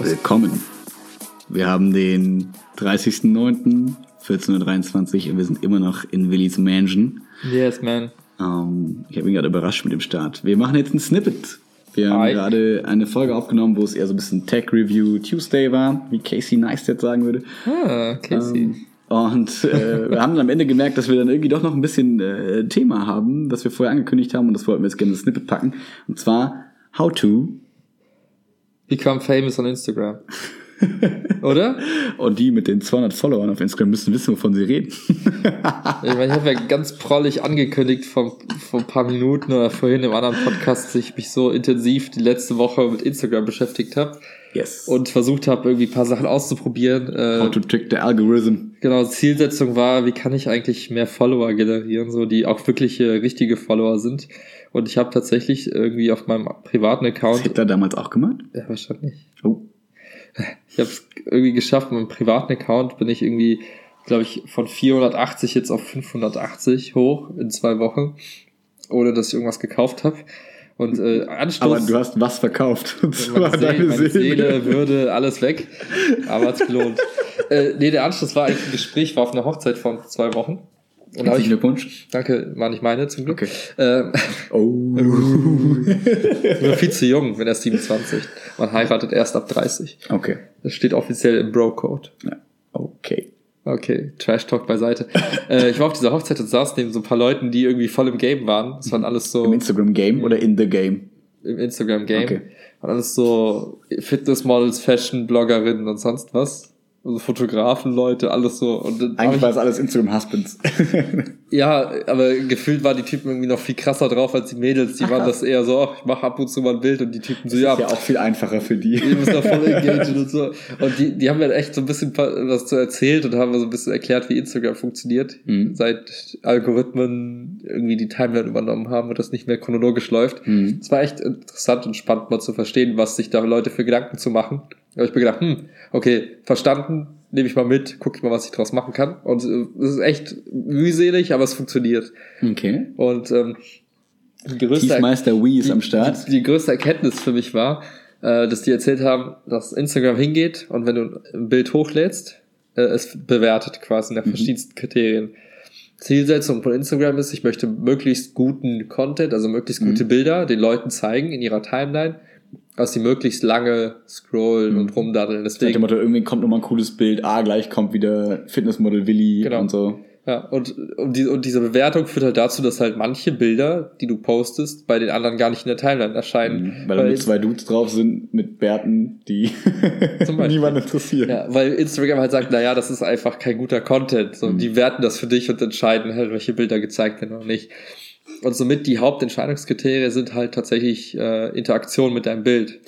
willkommen. Wir haben den 30.09.1423 und wir sind immer noch in Willis Mansion. Yes, man. Ähm, ich habe ihn gerade überrascht mit dem Start. Wir machen jetzt ein Snippet. Wir haben Hi. gerade eine Folge aufgenommen, wo es eher so ein bisschen Tech Review Tuesday war, wie Casey Neistat sagen würde. Ah, Casey. Ähm, und äh, wir haben dann am Ende gemerkt, dass wir dann irgendwie doch noch ein bisschen äh, Thema haben, das wir vorher angekündigt haben und das wollten wir jetzt gerne in das Snippet packen. Und zwar How to. Become famous on Instagram. Oder? Und die mit den 200 Followern auf Instagram müssen wissen, wovon sie reden. Ich meine, ich habe ja ganz prollig angekündigt vor, vor ein paar Minuten oder vorhin im anderen Podcast, dass ich mich so intensiv die letzte Woche mit Instagram beschäftigt habe Yes. Und und versucht habe, irgendwie ein paar Sachen auszuprobieren. How Äh, to trick the algorithm. genau, Zielsetzung war, wie kann ich eigentlich mehr Follower generieren, so die auch wirkliche, richtige Follower sind. Und ich habe tatsächlich irgendwie auf meinem privaten Das Account, Hitler damals auch gemacht? ja, wahrscheinlich, Oh. Ich habe es irgendwie geschafft, mit meinem privaten Account bin ich irgendwie, glaube ich, von 480 jetzt auf 580 hoch in zwei Wochen, ohne dass ich irgendwas gekauft habe. Und äh, Aber Anstoß, du hast was verkauft. Und zwar meine, Seele, deine meine Seele. Seele, Würde, alles weg. Aber hat's gelohnt. äh, nee, der Anschluss war eigentlich ein Gespräch, war auf einer Hochzeit von zwei Wochen. Und da hab Herzlichen ich, Glückwunsch. danke, war nicht meine zum Glück. Okay. Ähm, Oh. ich bin viel zu jung, wenn erst 27. Man heiratet erst ab 30. Okay. Das steht offiziell im Bro-Code. Okay. Okay, Trash Talk beiseite. äh, ich war auf dieser Hochzeit und saß neben so ein paar Leuten, die irgendwie voll im Game waren. Das waren alles so Im Instagram-Game oder in the Game? im Instagram-Game. Okay. Waren alles so Fitnessmodels, Fashion-Bloggerinnen und sonst was. Also Fotografen, Leute, alles so. Und dann hab Eigentlich war ich, es alles Instagram-Husbands. ja, aber gefühlt waren die Typen irgendwie noch viel krasser drauf als die Mädels. Die waren das eher so, ach, ich mache ab und zu mal ein Bild und die Typen so, Das ja, ist ja auch viel einfacher für die. Ihr müsst doch voll engagieren und so. Und die, die haben mir echt so ein bisschen pa- was zu erzählt und haben mir so ein bisschen erklärt, wie Instagram funktioniert, Mhm. seit Algorithmen irgendwie die Timeline übernommen haben und das nicht mehr chronologisch läuft. Es Mhm. war echt interessant und spannend mal zu verstehen, was sich da Leute für Gedanken zu machen. Da habe ich mir gedacht, hm, okay, verstanden, nehme ich mal mit, gucke ich mal, was ich draus machen kann. Und äh, es ist echt mühselig, aber es funktioniert. Okay. Und ähm, die größte Tiefmeister Wii ist am Start. die, die größte Erkenntnis für mich war, äh, dass die erzählt haben, dass Instagram hingeht und wenn du ein Bild hochlädst, äh, es bewertet quasi Mhm. nach verschiedensten Kriterien. Zielsetzung von Instagram ist, ich möchte möglichst guten Content, also möglichst Mhm. gute Bilder den Leuten zeigen in ihrer Timeline, dass sie möglichst lange scrollen Mhm. und rumdaddeln. Nach dem Deswegen, Motto, irgendwie kommt nochmal ein cooles Bild. Ah, gleich kommt wieder Fitnessmodel Willi Genau. und so. ja, und, und, die, und diese Bewertung führt halt dazu, dass halt manche Bilder, die du postest, bei den anderen gar nicht in der Timeline erscheinen. Mhm, Weil da nur jetzt- zwei Dudes drauf sind mit Bärten, die Zum Beispiel. niemand interessieren. Ja, weil Instagram halt sagt, naja, das ist einfach kein guter Content. So, Mhm. Die werten das für dich und entscheiden halt, welche Bilder gezeigt werden und nicht. Und somit die Hauptentscheidungskriterien sind halt tatsächlich äh, Interaktion mit deinem Bild.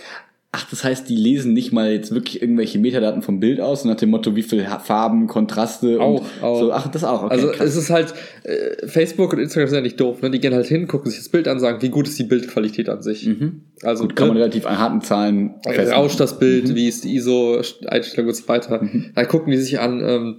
Ach, das heißt, die lesen nicht mal jetzt wirklich irgendwelche Metadaten vom Bild aus, so nach dem Motto, wie viel Ha- Farben, Kontraste Auch, und auch. so. Ach, das auch. Okay, also krass. es ist halt, äh, Facebook und Instagram sind ja nicht doof, ne? Die gehen halt hin, gucken sich das Bild an, sagen, wie gut ist die Bildqualität an sich. mhm. Also Gut, kann man ne? relativ an harten Zahlen rauscht Äh, das Mhm. Bild, wie ist die ISO-Einstellung und so weiter. Dann gucken die sich an, ähm,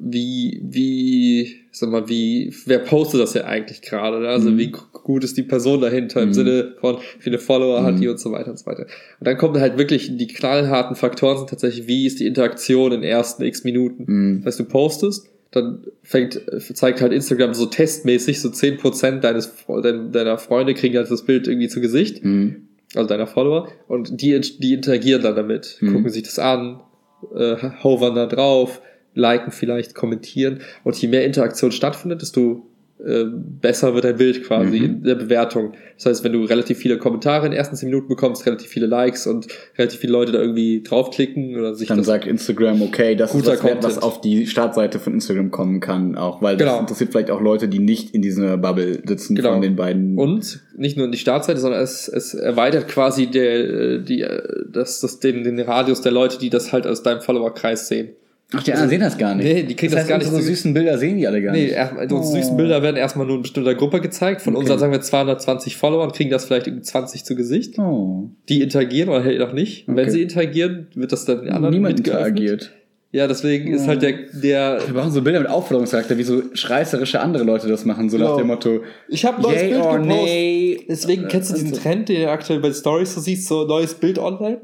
wie, wie, sag mal, wie, wer postet das ja eigentlich gerade? Ne? Also Mhm. wie gu- gut ist die Person dahinter im Mhm. Sinne von, wie viele Follower hat die Mhm. und so weiter und so weiter. Und dann kommen halt wirklich die knallharten Faktoren sind tatsächlich, wie ist die Interaktion in den ersten x Minuten? Mhm. Das heißt, du postest, dann fängt, zeigt halt Instagram so testmäßig, so 10% deines, dein- deiner Freunde kriegen halt das Bild irgendwie zu Gesicht Mhm. also deiner Follower, und die, die interagieren dann damit, Mhm. gucken sich das an, äh, hovern da drauf, liken vielleicht, kommentieren. Und je mehr Interaktion stattfindet, desto äh, besser wird dein Bild quasi Mhm. in der Bewertung. Das heißt, wenn du relativ viele Kommentare in den ersten 10 Minuten bekommst, relativ viele Likes und relativ viele Leute da irgendwie draufklicken oder sich Dann das sagt Instagram, okay, das Guter ist was, wert, was Content. auf die Startseite von Instagram kommen kann, auch weil das Genau. interessiert vielleicht auch Leute, die nicht in dieser Bubble sitzen Genau. von den beiden. Und nicht nur in die Startseite, sondern es, es erweitert quasi der, äh, die, äh, das, das, den, den Radius der Leute, die das halt aus deinem Followerkreis sehen. Ach, die anderen sehen das gar nicht. Also- Nee, die kriegen das heißt, gar nicht Unsere zu- süßen Bilder sehen die alle gar Nee, nicht. erstmal, unsere Oh. süßen Bilder werden erstmal nur in bestimmter Gruppe gezeigt. Von Okay. unseren, sagen wir, 220 Followern kriegen das vielleicht irgendwie 20 zu Gesicht. Oh. Die interagieren oder halt auch nicht. Und wenn Okay. sie interagieren, wird das dann den anderen Niemand mitgeöffnet. interagiert. Ja, deswegen ist halt der, der Wir brauchen so Bilder mit Aufforderungscharakter, wie so schreißerische andere Leute das machen, so Genau. nach dem Motto, ich habe neues yay Bild or gepostet. nay. Also, Deswegen kennst du diesen Trend, den du aktuell bei Stories so siehst, so neues Bild online?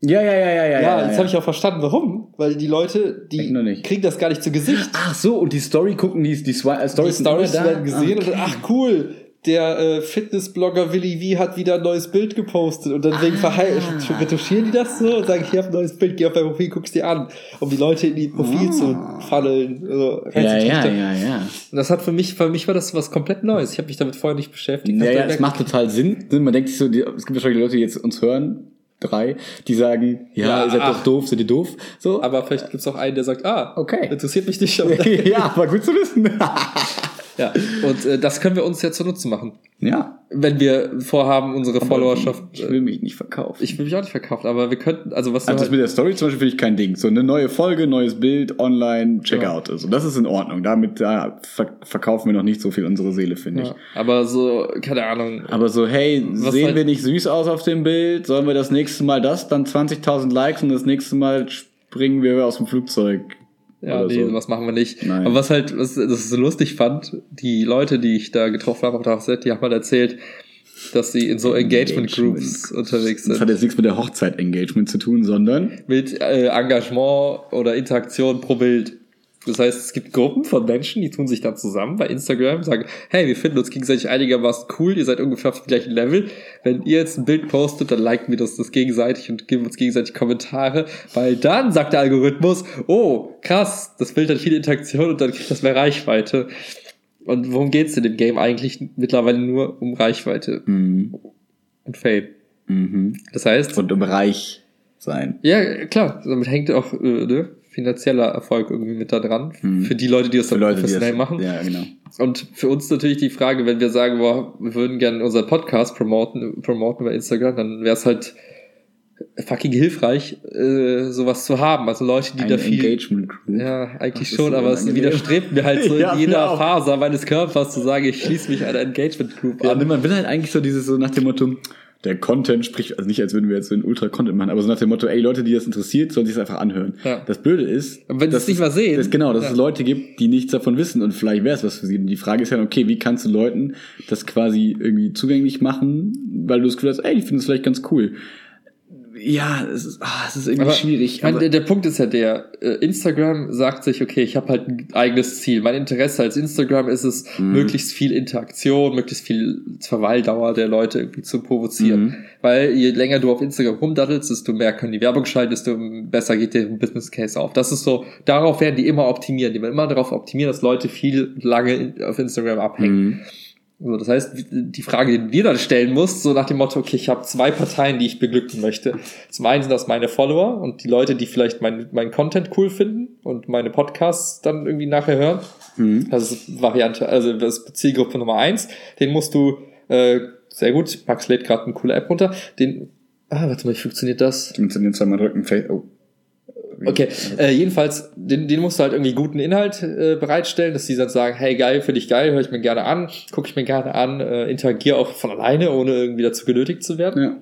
Ja, ja, ja, ja, ja. Ja, jetzt habe ich auch verstanden, warum. Weil die Leute, die Ich noch nicht. kriegen das gar nicht zu Gesicht. Ach so, und die Story gucken, die, die, Swi- äh, Story Die Stories sind immer da? werden gesehen Ah, und ach cool, der äh, Fitnessblogger Willi Wie hat wieder ein neues Bild gepostet und dann Ah. wegen verhal- sch- retuschieren die das so und sagen, hier hab ein neues Bild, geh auf mein Profil, guck's dir an, um die Leute in die Profil zu funneln. Also, Ah. Ja, ja, reinzutrichtern. ja, ja. Und das hat für mich, für mich war das was komplett Neues. Ich habe mich damit vorher nicht beschäftigt. Ja, Hab ja, dann es macht total Sinn. Man denkt sich so, die, es gibt wahrscheinlich Leute, die jetzt uns hören, drei, die sagen, ja, Ja, ihr seid ach. doch doof, seid ihr doof? So. aber vielleicht gibt's auch einen, der sagt, ah, Okay. interessiert mich nicht. Aber, ja, aber gut zu wissen. ja. Und äh, das können wir uns ja zunutze machen. ja. Wenn wir vorhaben, unsere Followerschaft. äh, Ich will mich nicht verkaufen. Ich will mich auch nicht verkaufen, aber wir könnten, also was also wir das mit der Story zum Beispiel finde ich kein Ding. So eine neue Folge, neues Bild, online, Checkout. Also das ist in Ordnung. Damit da ver verkaufen wir noch nicht so viel unsere Seele, finde ich. Ja, aber so, keine Ahnung. Aber so, hey, Was sehen halt- wir nicht süß aus auf dem Bild? Sollen wir das nächste Mal das? Dann 20.000 Likes und das nächste Mal springen wir aus dem Flugzeug. Ja, oder nee, so. was machen wir nicht. Nein. Aber was halt, was das so lustig fand, die Leute, die ich da getroffen habe auf der Hochzeit, die haben halt erzählt, dass sie in so Engagement Groups unterwegs Das hat sind. jetzt nichts mit der Hochzeit-Engagement zu tun, sondern Mit äh, Engagement oder Interaktion pro Bild. Das heißt, es gibt Gruppen von Menschen, die tun sich da zusammen bei Instagram, sagen, hey, wir finden uns gegenseitig einigermaßen cool, ihr seid ungefähr auf dem gleichen Level. Wenn ihr jetzt ein Bild postet, dann liken wir das, das gegenseitig und geben uns gegenseitig Kommentare, weil dann sagt der Algorithmus, oh, krass, das Bild hat viel Interaktion und dann kriegt das mehr Reichweite. Und worum geht's in dem Game eigentlich mittlerweile nur um Reichweite mhm. und Fame? Mhm. Das heißt, und um reich sein. ja, klar, damit hängt auch äh, ne, finanzieller Erfolg irgendwie mit da dran. Mhm. Für die Leute, die das Für dann Leute, die professionell das, machen. Ja, genau. Und für uns natürlich die Frage, wenn wir sagen, boah, wir würden gerne unseren Podcast promoten, promoten bei Instagram, dann wäre es halt fucking hilfreich, äh, sowas zu haben. Also Leute, die Eine da viel. Engagement Group. Ja, Das eigentlich ist schon, so aber es unangenehm. widerstrebt mir halt so Ja, in mir jeder auch. Faser meines Körpers zu sagen, ich schließe mich einer Engagement Group Ja, an. man will halt eigentlich so dieses so nach dem Motto, der Content spricht, also nicht als würden wir jetzt so einen Ultra-Content machen, aber so nach dem Motto, ey Leute, die das interessiert, sollen sich das einfach anhören. Ja. Das Blöde ist, Aber wenn sie dass es nicht mal sehen. Dass, genau, dass Ja. es Leute gibt, die nichts davon wissen und vielleicht wäre es was für sie. Und die Frage ist ja, okay, wie kannst du Leuten das quasi irgendwie zugänglich machen, weil du das Gefühl hast, ey, ich finde es vielleicht ganz cool. Ja, es ist, ah, es ist irgendwie Aber, schwierig. Ich meine, aber- der, der Punkt ist ja der, äh, Instagram sagt sich, okay, ich habe halt ein eigenes Ziel. Mein Interesse als Instagram ist es, Mhm. möglichst viel Interaktion, möglichst viel Verweildauer der Leute irgendwie zu provozieren. Mhm. Weil je länger du auf Instagram rumdaddelst, desto mehr können die Werbung schalten, desto besser geht der Business Case auf. Das ist so, darauf werden die immer optimieren. Die werden immer darauf optimieren, dass Leute viel lange in, auf Instagram abhängen. Mhm. So, das heißt, die Frage, die du dir dann stellen musst, so nach dem Motto, okay, ich habe zwei Parteien, die ich beglücken möchte. Zum einen sind das meine Follower und die Leute, die vielleicht meinen mein Content cool finden und meine Podcasts dann irgendwie nachher hören. Mhm. Das ist Variante, also das ist Zielgruppe Nummer eins. Den musst du, äh, sehr gut, Max lädt gerade eine coole App runter. Den, ah, warte mal, wie funktioniert das? Du musst den zweimal drücken. Fe- Oh. Okay, äh, jedenfalls, den, den musst du halt irgendwie guten Inhalt äh, bereitstellen, dass die dann sagen, hey geil, finde ich geil, höre ich mir gerne an, gucke ich mir gerne an, äh, interagiere auch von alleine, ohne irgendwie dazu genötigt zu werden. Ja.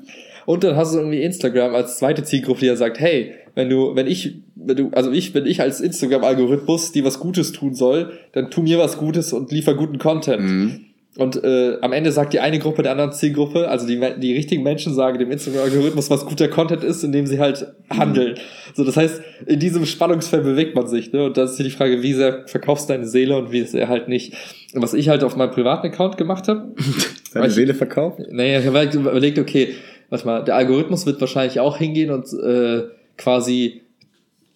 Und dann hast du irgendwie Instagram als zweite Zielgruppe, die dann sagt, hey, wenn du, wenn ich, wenn du, also ich, wenn ich als Instagram-Algorithmus dir was Gutes tun soll, dann tu mir was Gutes und liefer guten Content. Mhm. Und äh, am Ende sagt die eine Gruppe der anderen Zielgruppe, also die, die richtigen Menschen sagen dem Instagram-Algorithmus, was guter Content ist, indem sie halt handeln. Mhm. So, das heißt, in diesem Spannungsfeld bewegt man sich. Ne? Und da ist hier die Frage, wie sehr verkaufst du deine Seele und wie sehr halt nicht. Und was ich halt auf meinem privaten Account gemacht habe, Seine Seele verkauft? naja, ich habe halt überlegt, okay, warte mal, der Algorithmus wird wahrscheinlich auch hingehen und äh, quasi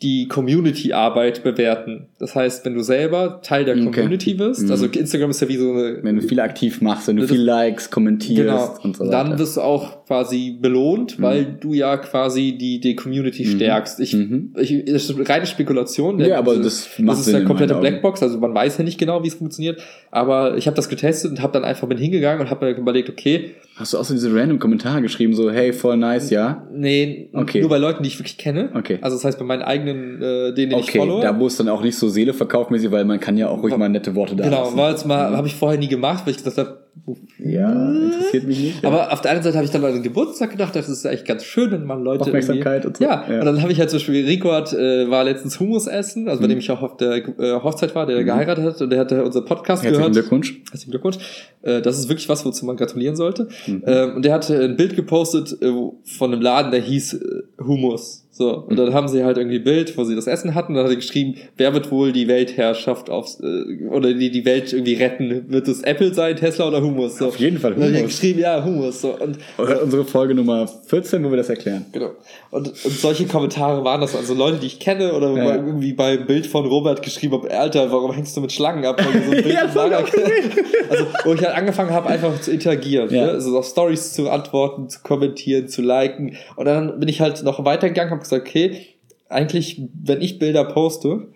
die Community-Arbeit bewerten. Das heißt, wenn du selber Teil der Okay. Community wirst, Mhm. also Instagram ist ja wie so eine Wenn du viel aktiv machst, wenn du Das- viel Likes, kommentierst Genau. und so weiter. Mhm. dann wirst du auch quasi belohnt, weil du ja quasi die, die Community stärkst. Ich, Mhm. ich, das ist reine Spekulation. ne? Also, Ja, aber das macht das ist Sinn eine in komplette meinen Augen. Blackbox, also man weiß ja nicht genau, wie es funktioniert. Aber ich habe das getestet und habe dann einfach bin hingegangen und habe mir überlegt, okay, Hast du auch so diese random Kommentare geschrieben, so, hey, voll nice, ja? nee, Okay. nur bei Leuten, die ich wirklich kenne. Okay. Also das heißt bei meinen eigenen, äh, denen, den ich Okay, follow. da muss dann auch nicht so Seele verkaufmäßig, weil man kann ja auch ruhig mal nette Worte da genau, lassen. war jetzt mal, habe ich vorher nie gemacht, weil ich gedacht habe, Ja, interessiert mich nicht. ja. Aber auf der anderen Seite habe ich dann an den Geburtstag gedacht, das ist eigentlich ganz schön, wenn man Leute Aufmerksamkeit irgendwie- und so. Ja. Ja. und dann habe ich halt zum Beispiel, Rico hat, äh, war letztens Hummus essen, Mhm. also bei dem ich auch auf der äh, Hochzeit war, der geheiratet hat und der hatte unseren Podcast Herzlichen gehört. Glückwunsch. Herzlichen Glückwunsch. Äh, das ist wirklich was, Mhm. wozu man gratulieren sollte. Ähm, und der hatte ein Bild gepostet äh, wo- von einem Laden, der hieß äh, Humus. So. Und Mhm. dann haben sie halt irgendwie ein Bild, wo sie das Essen hatten, und dann hat sie geschrieben, wer wird wohl die Weltherrschaft aufs, äh, oder die, die Welt irgendwie retten? Wird es Apple sein, Tesla oder Humus? So. Auf jeden Fall Und dann hat sie Humus. geschrieben, ja, Humus. So. Und, Hört unsere Folge Nummer 14, wo wir das erklären. genau. Und, und solche Kommentare waren das, also Leute, die ich kenne, oder Ja. mal irgendwie bei einem Bild von Robert geschrieben haben, Alter, warum hängst du mit Schlangen ab? Weil du so ein Bild Ja, von das hab ich Sarah auch gesehen. also, wo ich halt angefangen habe, einfach zu interagieren. Ja. Ne? Also auf Stories zu antworten, zu kommentieren, zu liken. Und dann bin ich halt noch weitergegangen, habe gesagt, okay, eigentlich, wenn ich Bilder poste,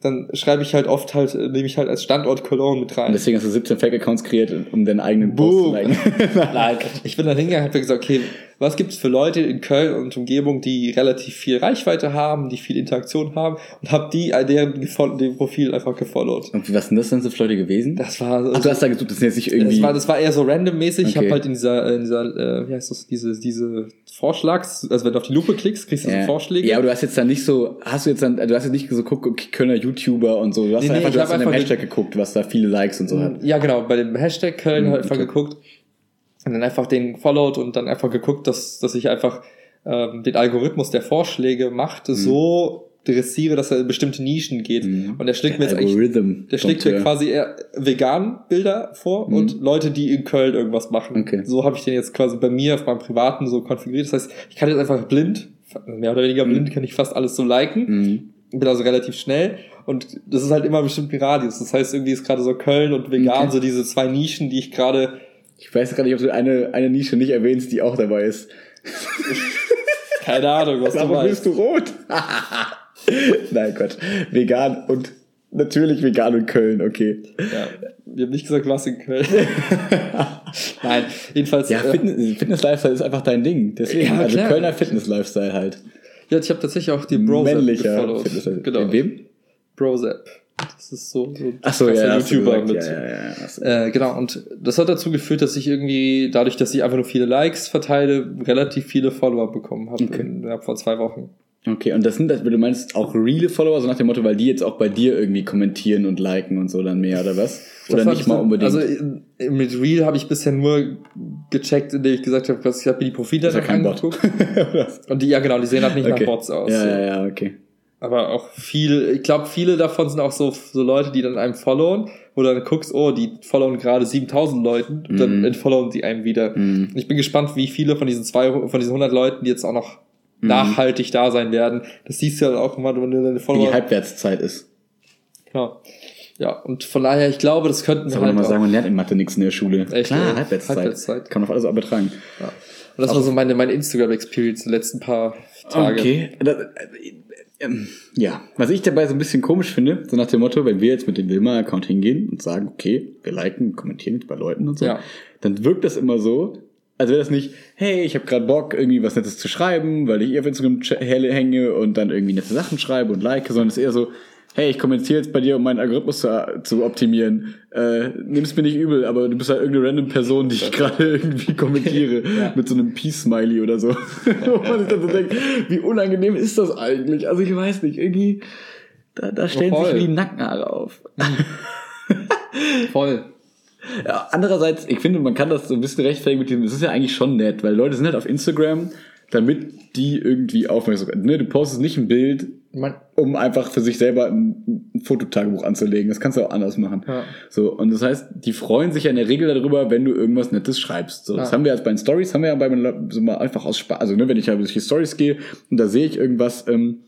dann schreibe ich halt oft halt, äh, nehme ich halt als Standort Cologne mit Und rein. deswegen hast du 17 Fake-Accounts kreiert, um deinen eigenen Post zu Boom. liken. Nein, ich bin dann hingegangen und habe gesagt, okay, was gibt es für Leute in Köln und Umgebung, die relativ viel Reichweite haben, die viel Interaktion haben und habe die, äh, deren gefol- dem Profil einfach gefollowt. Und was sind das denn so für Leute gewesen? Das war Ach, du hast da gesucht, das sind jetzt nicht irgendwie. Das war, das war eher so randommäßig. Ich habe Okay. halt in dieser, in dieser äh, wie heißt das, diese, diese Vorschlags, also wenn du auf die Lupe klickst, kriegst du ja. so Vorschläge. Ja, aber du hast jetzt dann nicht so, hast du jetzt dann, du hast jetzt nicht so geguckt, okay, Kölner YouTuber und so. Du hast Nee, dann nee, einfach, ich du hab hast in dem einfach Hashtag geguckt, was da viele Likes und so hat. ja, genau, bei dem Hashtag Köln Mhm, halt einfach okay. geguckt und dann einfach den followed und dann einfach geguckt, dass, dass ich einfach ähm, den Algorithmus der Vorschläge macht, so dressiere, dass er in bestimmte Nischen geht. Mhm. Und der schlägt mir jetzt eigentlich Algorithm. Der schlägt mir quasi eher vegan Bilder vor Mhm. und Leute, die in Köln irgendwas machen. Okay. So habe ich den jetzt quasi bei mir auf meinem privaten so konfiguriert. Das heißt, ich kann jetzt einfach blind, mehr oder weniger blind, kann ich fast alles so liken. Mhm. Bin also relativ schnell. Und das ist halt immer bestimmt ein Radius. Das heißt, irgendwie ist gerade so Köln und vegan Okay. so diese zwei Nischen, die ich gerade, Ich weiß gerade nicht, ob du eine, eine Nische nicht erwähnst, die auch dabei ist. keine Ahnung, was du Warum meinst. bist du rot? Nein, Gott. Vegan und natürlich vegan und Köln, okay. Ja. Wir haben nicht gesagt, was in Köln. Nein, jedenfalls. Ja, äh, Fitness, Fitness-Lifestyle ist einfach dein Ding. Deswegen, Ja, also klar. Kölner Fitness-Lifestyle halt. ja ich habe tatsächlich auch die Bros Männlicher Fitness-Lifestyle. Genau. In wem? Brozap. Das ist so, so ein Ach so, krasser ja, hast du YouTuber gesagt. mit. Ja, ja, ja, hast du- Äh, genau, und das hat dazu geführt, dass ich irgendwie, dadurch, dass ich einfach nur viele Likes verteile, relativ viele Follower bekommen habe Okay. in- ja, vor zwei Wochen. Okay, und das sind, das, du meinst auch reale Follower, so nach dem Motto, weil die jetzt auch bei dir irgendwie kommentieren und liken und so dann mehr oder was? Oder Das hab nicht ich mal dann- unbedingt. Also äh, mit Real habe ich bisher nur gecheckt, indem ich gesagt habe, was- ich habe mir die Profile ist ja dann kein Bot. Und die, ja genau, die sehen halt nicht Okay. nach Bots aus. ja, so. ja, ja, okay. Aber auch viel, ich glaube, viele davon sind auch so, so Leute, die dann einem followen, wo du dann guckst, oh, die followen gerade 7000 Leuten, und dann Mhm. entfollowen sie einem wieder. Mhm. Ich bin gespannt, wie viele von diesen zwei, von diesen 100 Leuten, die jetzt auch noch nachhaltig da sein werden. Das siehst du ja auch immer, wenn du deine Wie Mhm. die Follower. Halbwertszeit ist. Genau. Ja, und von daher, ich glaube, das könnten wir Soll man halt mal auch. sagen, man lernt in Mathe nichts in der Schule. Echt, Klar, ja. Halbwertszeit. Halbwertszeit. Kann man auf alles auch übertragen. Ja. Und das war so meine, meine Instagram-Experience die letzten paar Tage. Okay. Das, äh, ähm, ja, was ich dabei so ein bisschen komisch finde, so nach dem Motto, wenn wir jetzt mit dem Wilma-Account hingehen und sagen, okay, wir liken, kommentieren jetzt bei Leuten und so, Ja. dann wirkt das immer so, als wäre das nicht, hey, ich habe gerade Bock, irgendwie was Nettes zu schreiben, weil ich ihr auf Instagram ch- helle- hänge und dann irgendwie nette Sachen schreibe und like, sondern es ist eher so, hey, ich kommentiere jetzt bei dir, um meinen Algorithmus zu, zu optimieren. Äh, nimm's mir nicht übel, aber du bist halt irgendeine random Person, die ich gerade irgendwie kommentiere Ja. mit so einem Peace-Smiley oder so. Wo man sich dann so denkt, wie unangenehm ist das eigentlich? Also ich weiß nicht, irgendwie, da, da stellen sich Voll. mir die Nackenhaare auf. Voll. Ja, andererseits, ich finde, man kann das so ein bisschen rechtfertigen mit dem, das ist ja eigentlich schon nett, weil Leute sind halt auf Instagram, damit die irgendwie aufmerksam sind. Ne, du postest nicht ein Bild, Man, um einfach für sich selber ein, ein Fototagebuch anzulegen. Das kannst du auch anders machen. Ja. So, und das heißt, die freuen sich ja in der Regel darüber, wenn du irgendwas Nettes schreibst. So, das Ja. haben wir jetzt bei den Stories, haben wir ja bei den Leuten so mal einfach aus Spaß. Also, ne, wenn ich ja durch die Stories gehe und da sehe ich irgendwas, ähm,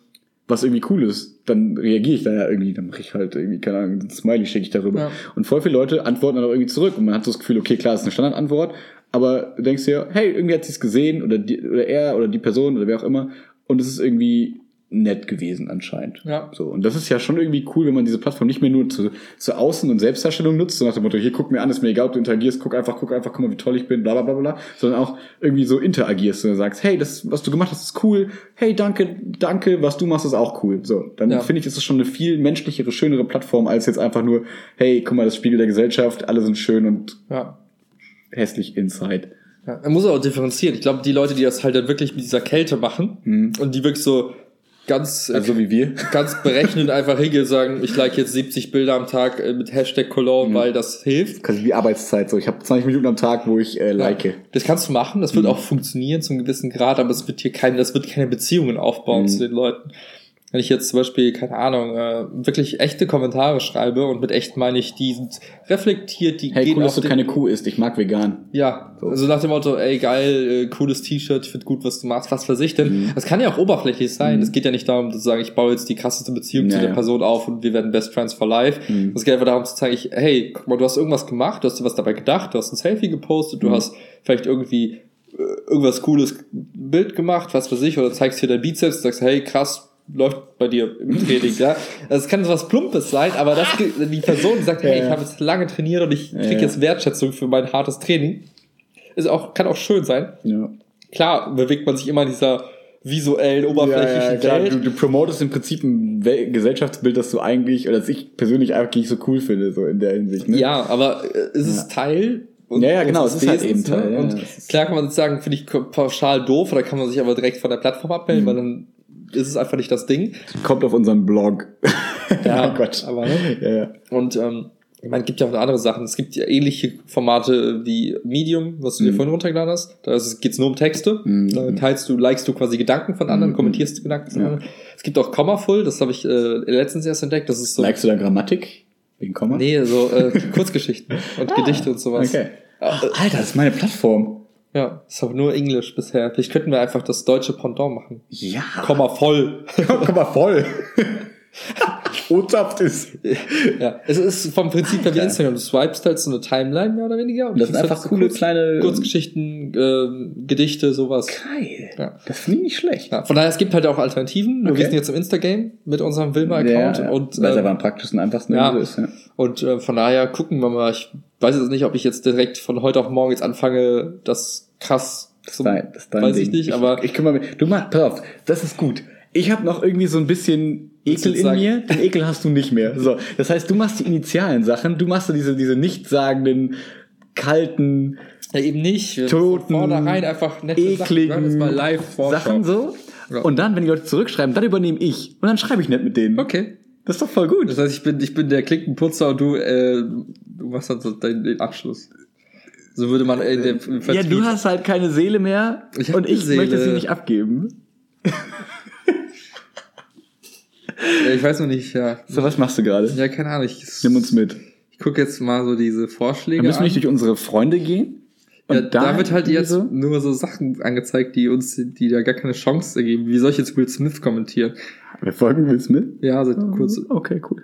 was irgendwie cool ist, dann reagiere ich da ja irgendwie, dann mache ich halt irgendwie, keine Ahnung, ein Smiley schicke ich darüber. Ja. Und voll viele Leute antworten dann auch irgendwie zurück und man hat so das Gefühl, okay, klar, das ist eine Standardantwort, aber du denkst dir, hey, irgendwie hat sie es gesehen oder, die, oder er oder die Person oder wer auch immer und es ist irgendwie nett gewesen anscheinend. ja. So, und das ist ja schon irgendwie cool, wenn man diese Plattform nicht mehr nur zu, zur Außen- und Selbstdarstellung nutzt, so nach dem Motto, hier guck mir an, ist mir egal, ob du interagierst, guck einfach, guck einfach, guck mal, wie toll ich bin, bla bla bla bla, sondern auch irgendwie so interagierst und sagst, hey, das, was du gemacht hast, ist cool, hey, danke, danke, was du machst, ist auch cool. So, dann Ja. finde ich, ist es schon eine viel menschlichere, schönere Plattform, als jetzt einfach nur, hey, guck mal, das Spiegel der Gesellschaft, alle sind schön und ja. hässlich inside. Ja, man muss auch differenzieren. Ich glaube, die Leute, die das halt dann wirklich mit dieser Kälte machen und die wirklich so ganz, Also so wie wir. ganz berechnend einfach hingehen und sagen, ich like jetzt 70 Bilder am Tag äh, mit Hashtag Cologne, weil das hilft. Quasi wie Arbeitszeit. So, ich habe 20 Minuten am Tag, wo ich äh, like. Ja, das kannst du machen, das wird Mhm. auch funktionieren zum gewissen Grad, aber es wird hier keine, das wird keine Beziehungen aufbauen Mhm. zu den Leuten. Wenn ich jetzt zum Beispiel, keine Ahnung, äh, wirklich echte Kommentare schreibe und mit echt meine ich, die sind reflektiert, die Hey, cool, dass auf du den- keine Kuh isst. Ich mag vegan. Ja, also nach dem Motto, ey, geil, äh, cooles T-Shirt, ich find gut, was du machst, was weiß ich denn. Mhm. Das kann ja auch oberflächlich sein. Es geht ja nicht darum zu sagen, ich baue jetzt die krasseste Beziehung zu Ja, der ja. Person auf und wir werden Best Friends for Life. Es Mhm. geht einfach darum zu zeigen, ich, hey, guck mal, du hast irgendwas gemacht, du hast dir was dabei gedacht, du hast ein Selfie gepostet, Mhm. du hast vielleicht irgendwie äh, irgendwas cooles Bild gemacht, was weiß ich, oder zeigst dir dein Bizeps, sagst, hey, krass, läuft bei dir im Training, ja. Das kann so was Plumpes sein, aber das, ge- die Person sagt, hey, Ja. ich habe jetzt lange trainiert und ich krieg Ja. jetzt Wertschätzung für mein hartes Training. Ist auch, kann auch schön sein. Ja. Klar bewegt man sich immer in dieser visuellen, ja, ja, oberflächlichen klar, Welt. du, du promotest im Prinzip ein Wel Gesellschaftsbild, das du eigentlich, oder das ich persönlich eigentlich nicht so cool finde, so in der Hinsicht. Ne? Ja, aber äh, es ist Teil. und- Ja, ja, genau, es unseres ist halt Wesens, eben Teil, ja, ne? Und ja, es ist- klar kann man jetzt sagen, finde ich ko- pauschal doof, oder kann man sich aber direkt von der Plattform Mhm. abmelden, weil dann ist es einfach nicht das Ding. Kommt auf unseren Blog. Ja, Nein, Quatsch. aber ne? Ja, ja. Und ähm, ich meine, es gibt ja auch noch andere Sachen. Es gibt ja ähnliche Formate wie Medium, was Mhm. du dir vorhin runtergeladen hast. Da geht es nur um Texte. Da teilst du, likest du quasi Gedanken von anderen, kommentierst die Gedanken von Mhm. Ja. anderen. Es gibt auch Kommaful, das habe ich äh, letztens erst entdeckt. Das ist so. Likest du da Grammatik? Wegen Komma? Nee, so äh, Kurzgeschichten und Gedichte und sowas. Ah, Okay. Ah, Alter, das ist meine Plattform. Ja, ist auch nur Englisch bisher. Vielleicht könnten wir einfach das deutsche Pendant machen. Ja. Komma voll. Komma voll. Ozaft ist. ja, es ist vom Prinzip her wie Alter. Instagram. Du swipest halt so eine Timeline mehr oder weniger. Und Das sind kriegst einfach halt so coole Kurz- kleine- Kurzgeschichten, ähm, Gedichte, sowas. Geil. Ja. Das finde ich nicht schlecht. Ja, von daher, es gibt halt auch Alternativen. Nur Okay. Wir sind jetzt im Instagame mit unserem Wilma-Account. Ja, ja. Und, Weil es ähm, aber am praktischsten einfachsten ja. irgendwie so ist. Ja. und äh, von daher gucken wir mal. Ich weiß jetzt nicht, ob ich jetzt direkt von heute auf morgen jetzt anfange, das krass zu Dein, das ist dein Weiß Ding. ich nicht, aber Ich, ich kümmere mich. Du machst, pass auf, das ist gut. Ich habe noch irgendwie so ein bisschen Ekel du in sagen? mir. Den Ekel hast du nicht mehr. So, das heißt, du machst die initialen Sachen. Du machst so diese, diese nichtssagenden, kalten, ja, eben nicht. Wir Toten, von vornherein einfach nette Sachen. ekligen Jetzt mal live Vorschau. Sachen so. Ja. Und dann, wenn die Leute zurückschreiben, dann übernehme ich. Und dann schreibe ich nicht mit denen. Okay. Das ist doch voll gut. Das heißt, ich bin, ich bin der Klinkenputzer und du, äh, du machst dann so deinen, den Abschluss. So würde man äh, in der im Ja, Vertrieb- du hast halt keine Seele mehr Ich hab und eine ich möchte sie Seele. nicht abgeben. Ja, Äh, Ich weiß noch nicht, ja. So, was machst du gerade? Ja, keine Ahnung. Ich, Nimm uns mit. ich gucke jetzt mal so diese Wir Vorschläge. müssen an. wir nicht durch unsere Freunde gehen. Und ja, da, wird halt jetzt so- nur so Sachen angezeigt, die uns, die da gar keine Chance ergeben. Wie soll ich jetzt Will Smith kommentieren? Wir folgen Will Smith. Ja, seit Mhm. kurz. Okay, cool.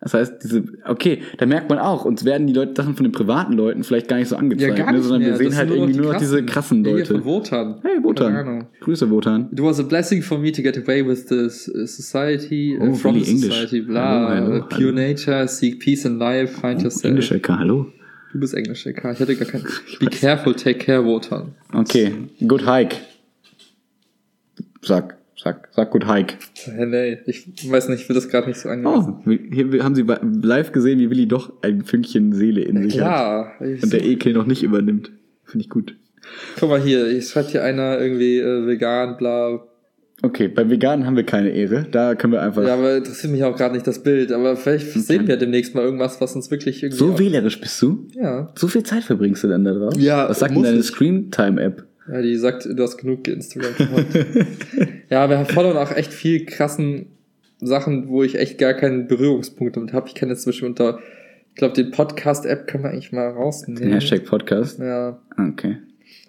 Das heißt, diese, okay, da merkt man auch, uns werden die Leute Sachen von den privaten Leuten vielleicht gar nicht so Ja, angezeigt, gar ne, nicht sondern mehr. wir sehen Das halt sind irgendwie die nur noch diese krassen Ja, Hier von Leute. Wotan. Hey, Keine Ahnung. Wotan. Grüße, Wotan. It was a blessing for me to get away with this uh, society, uh, Oh, from really the English. society, Hallo, bla, hallo, uh, pure hallo. nature, seek peace in life, Oh, find yourself. Englisch, LK, hallo. Du bist Englisch, LK. Ich hatte gar kein. Be careful, take care, Wotan. Okay, good hike. Sag, sag, sag good hike. Hey, nee, ich weiß nicht, ich will das gerade nicht so angemessen. Oh, hier haben Sie live gesehen, wie Willi doch ein Fünkchen Seele in sich hat. Klar. Ich, Und der Ekel noch nicht übernimmt. Finde ich gut. guck mal hier, ich schreibt hier einer irgendwie äh, vegan, bla. Okay, bei Veganen haben wir keine Ehre. Da können wir einfach. Ja, aber interessiert mich auch gerade nicht das Bild. Aber vielleicht sehen wir demnächst mal irgendwas, was uns wirklich irgendwie. so wählerisch bist du. Ja. So viel Zeit verbringst du dann da drauf. Ja, Was sagt denn muss deine ich. Screen-Time-App? Ja, die sagt, du hast genug Instagram gemacht. ja, wir folgen auch echt viel krassen Sachen, wo ich echt gar keinen Berührungspunkt damit habe. Ich kann jetzt zum Beispiel unter, ich glaube, den Podcast-App können wir eigentlich mal rausnehmen. Hashtag Podcast. Ja. Okay.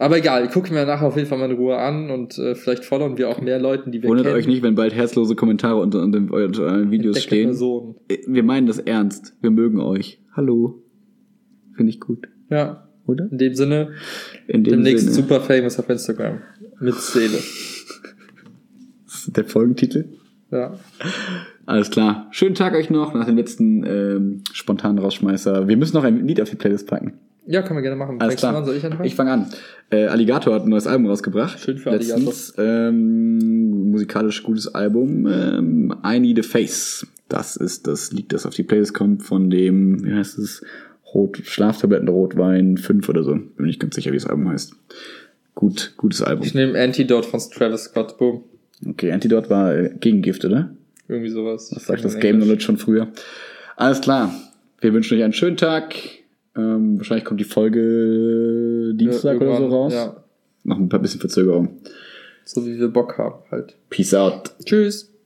Aber egal, gucken wir nachher auf jeden Fall mal in Ruhe an und äh, vielleicht fordern wir auch mehr Leuten, die wir Wundert kennen. euch nicht, wenn bald herzlose Kommentare unter, unter, unter euren Videos Entdeckte stehen. Personen. Wir meinen das ernst. Wir mögen euch. Hallo. Finde ich gut. Ja, Oder? in dem Sinne, In dem demnächst Sinne. super famous auf Instagram. Mit Seele. Das ist Der Folgentitel. Ja. Alles klar. Schönen Tag euch noch nach dem letzten ähm, spontanen Rausschmeißer. Wir müssen noch ein Lied auf die Playlist packen. ja, können wir gerne machen. Alles Fängst du klar. an? Soll ich anfangen? Ich fange an. Äh, Alligator hat ein neues Album rausgebracht. Schön für Alligator. Letztens, ähm, musikalisch gutes Album. Ähm, I Need a Face. Das ist das Lied, das auf die Playlist kommt von dem, wie heißt es? Rot, Schlaftabletten, Rotwein 5 oder so. Bin nicht ganz sicher, wie das Album heißt. Gut, gutes Album. ich nehme Antidote von Travis Scott. Boom. Okay, Antidot war äh, Gegengift, oder? Irgendwie sowas. Das sagt das Game Knowledge schon früher. Alles klar. Wir wünschen euch einen schönen Tag. Ähm, wahrscheinlich kommt die Folge Dienstag oder so raus. Ja, Noch ein paar bisschen Verzögerung. so wie wir Bock haben halt. Peace out. Tschüss.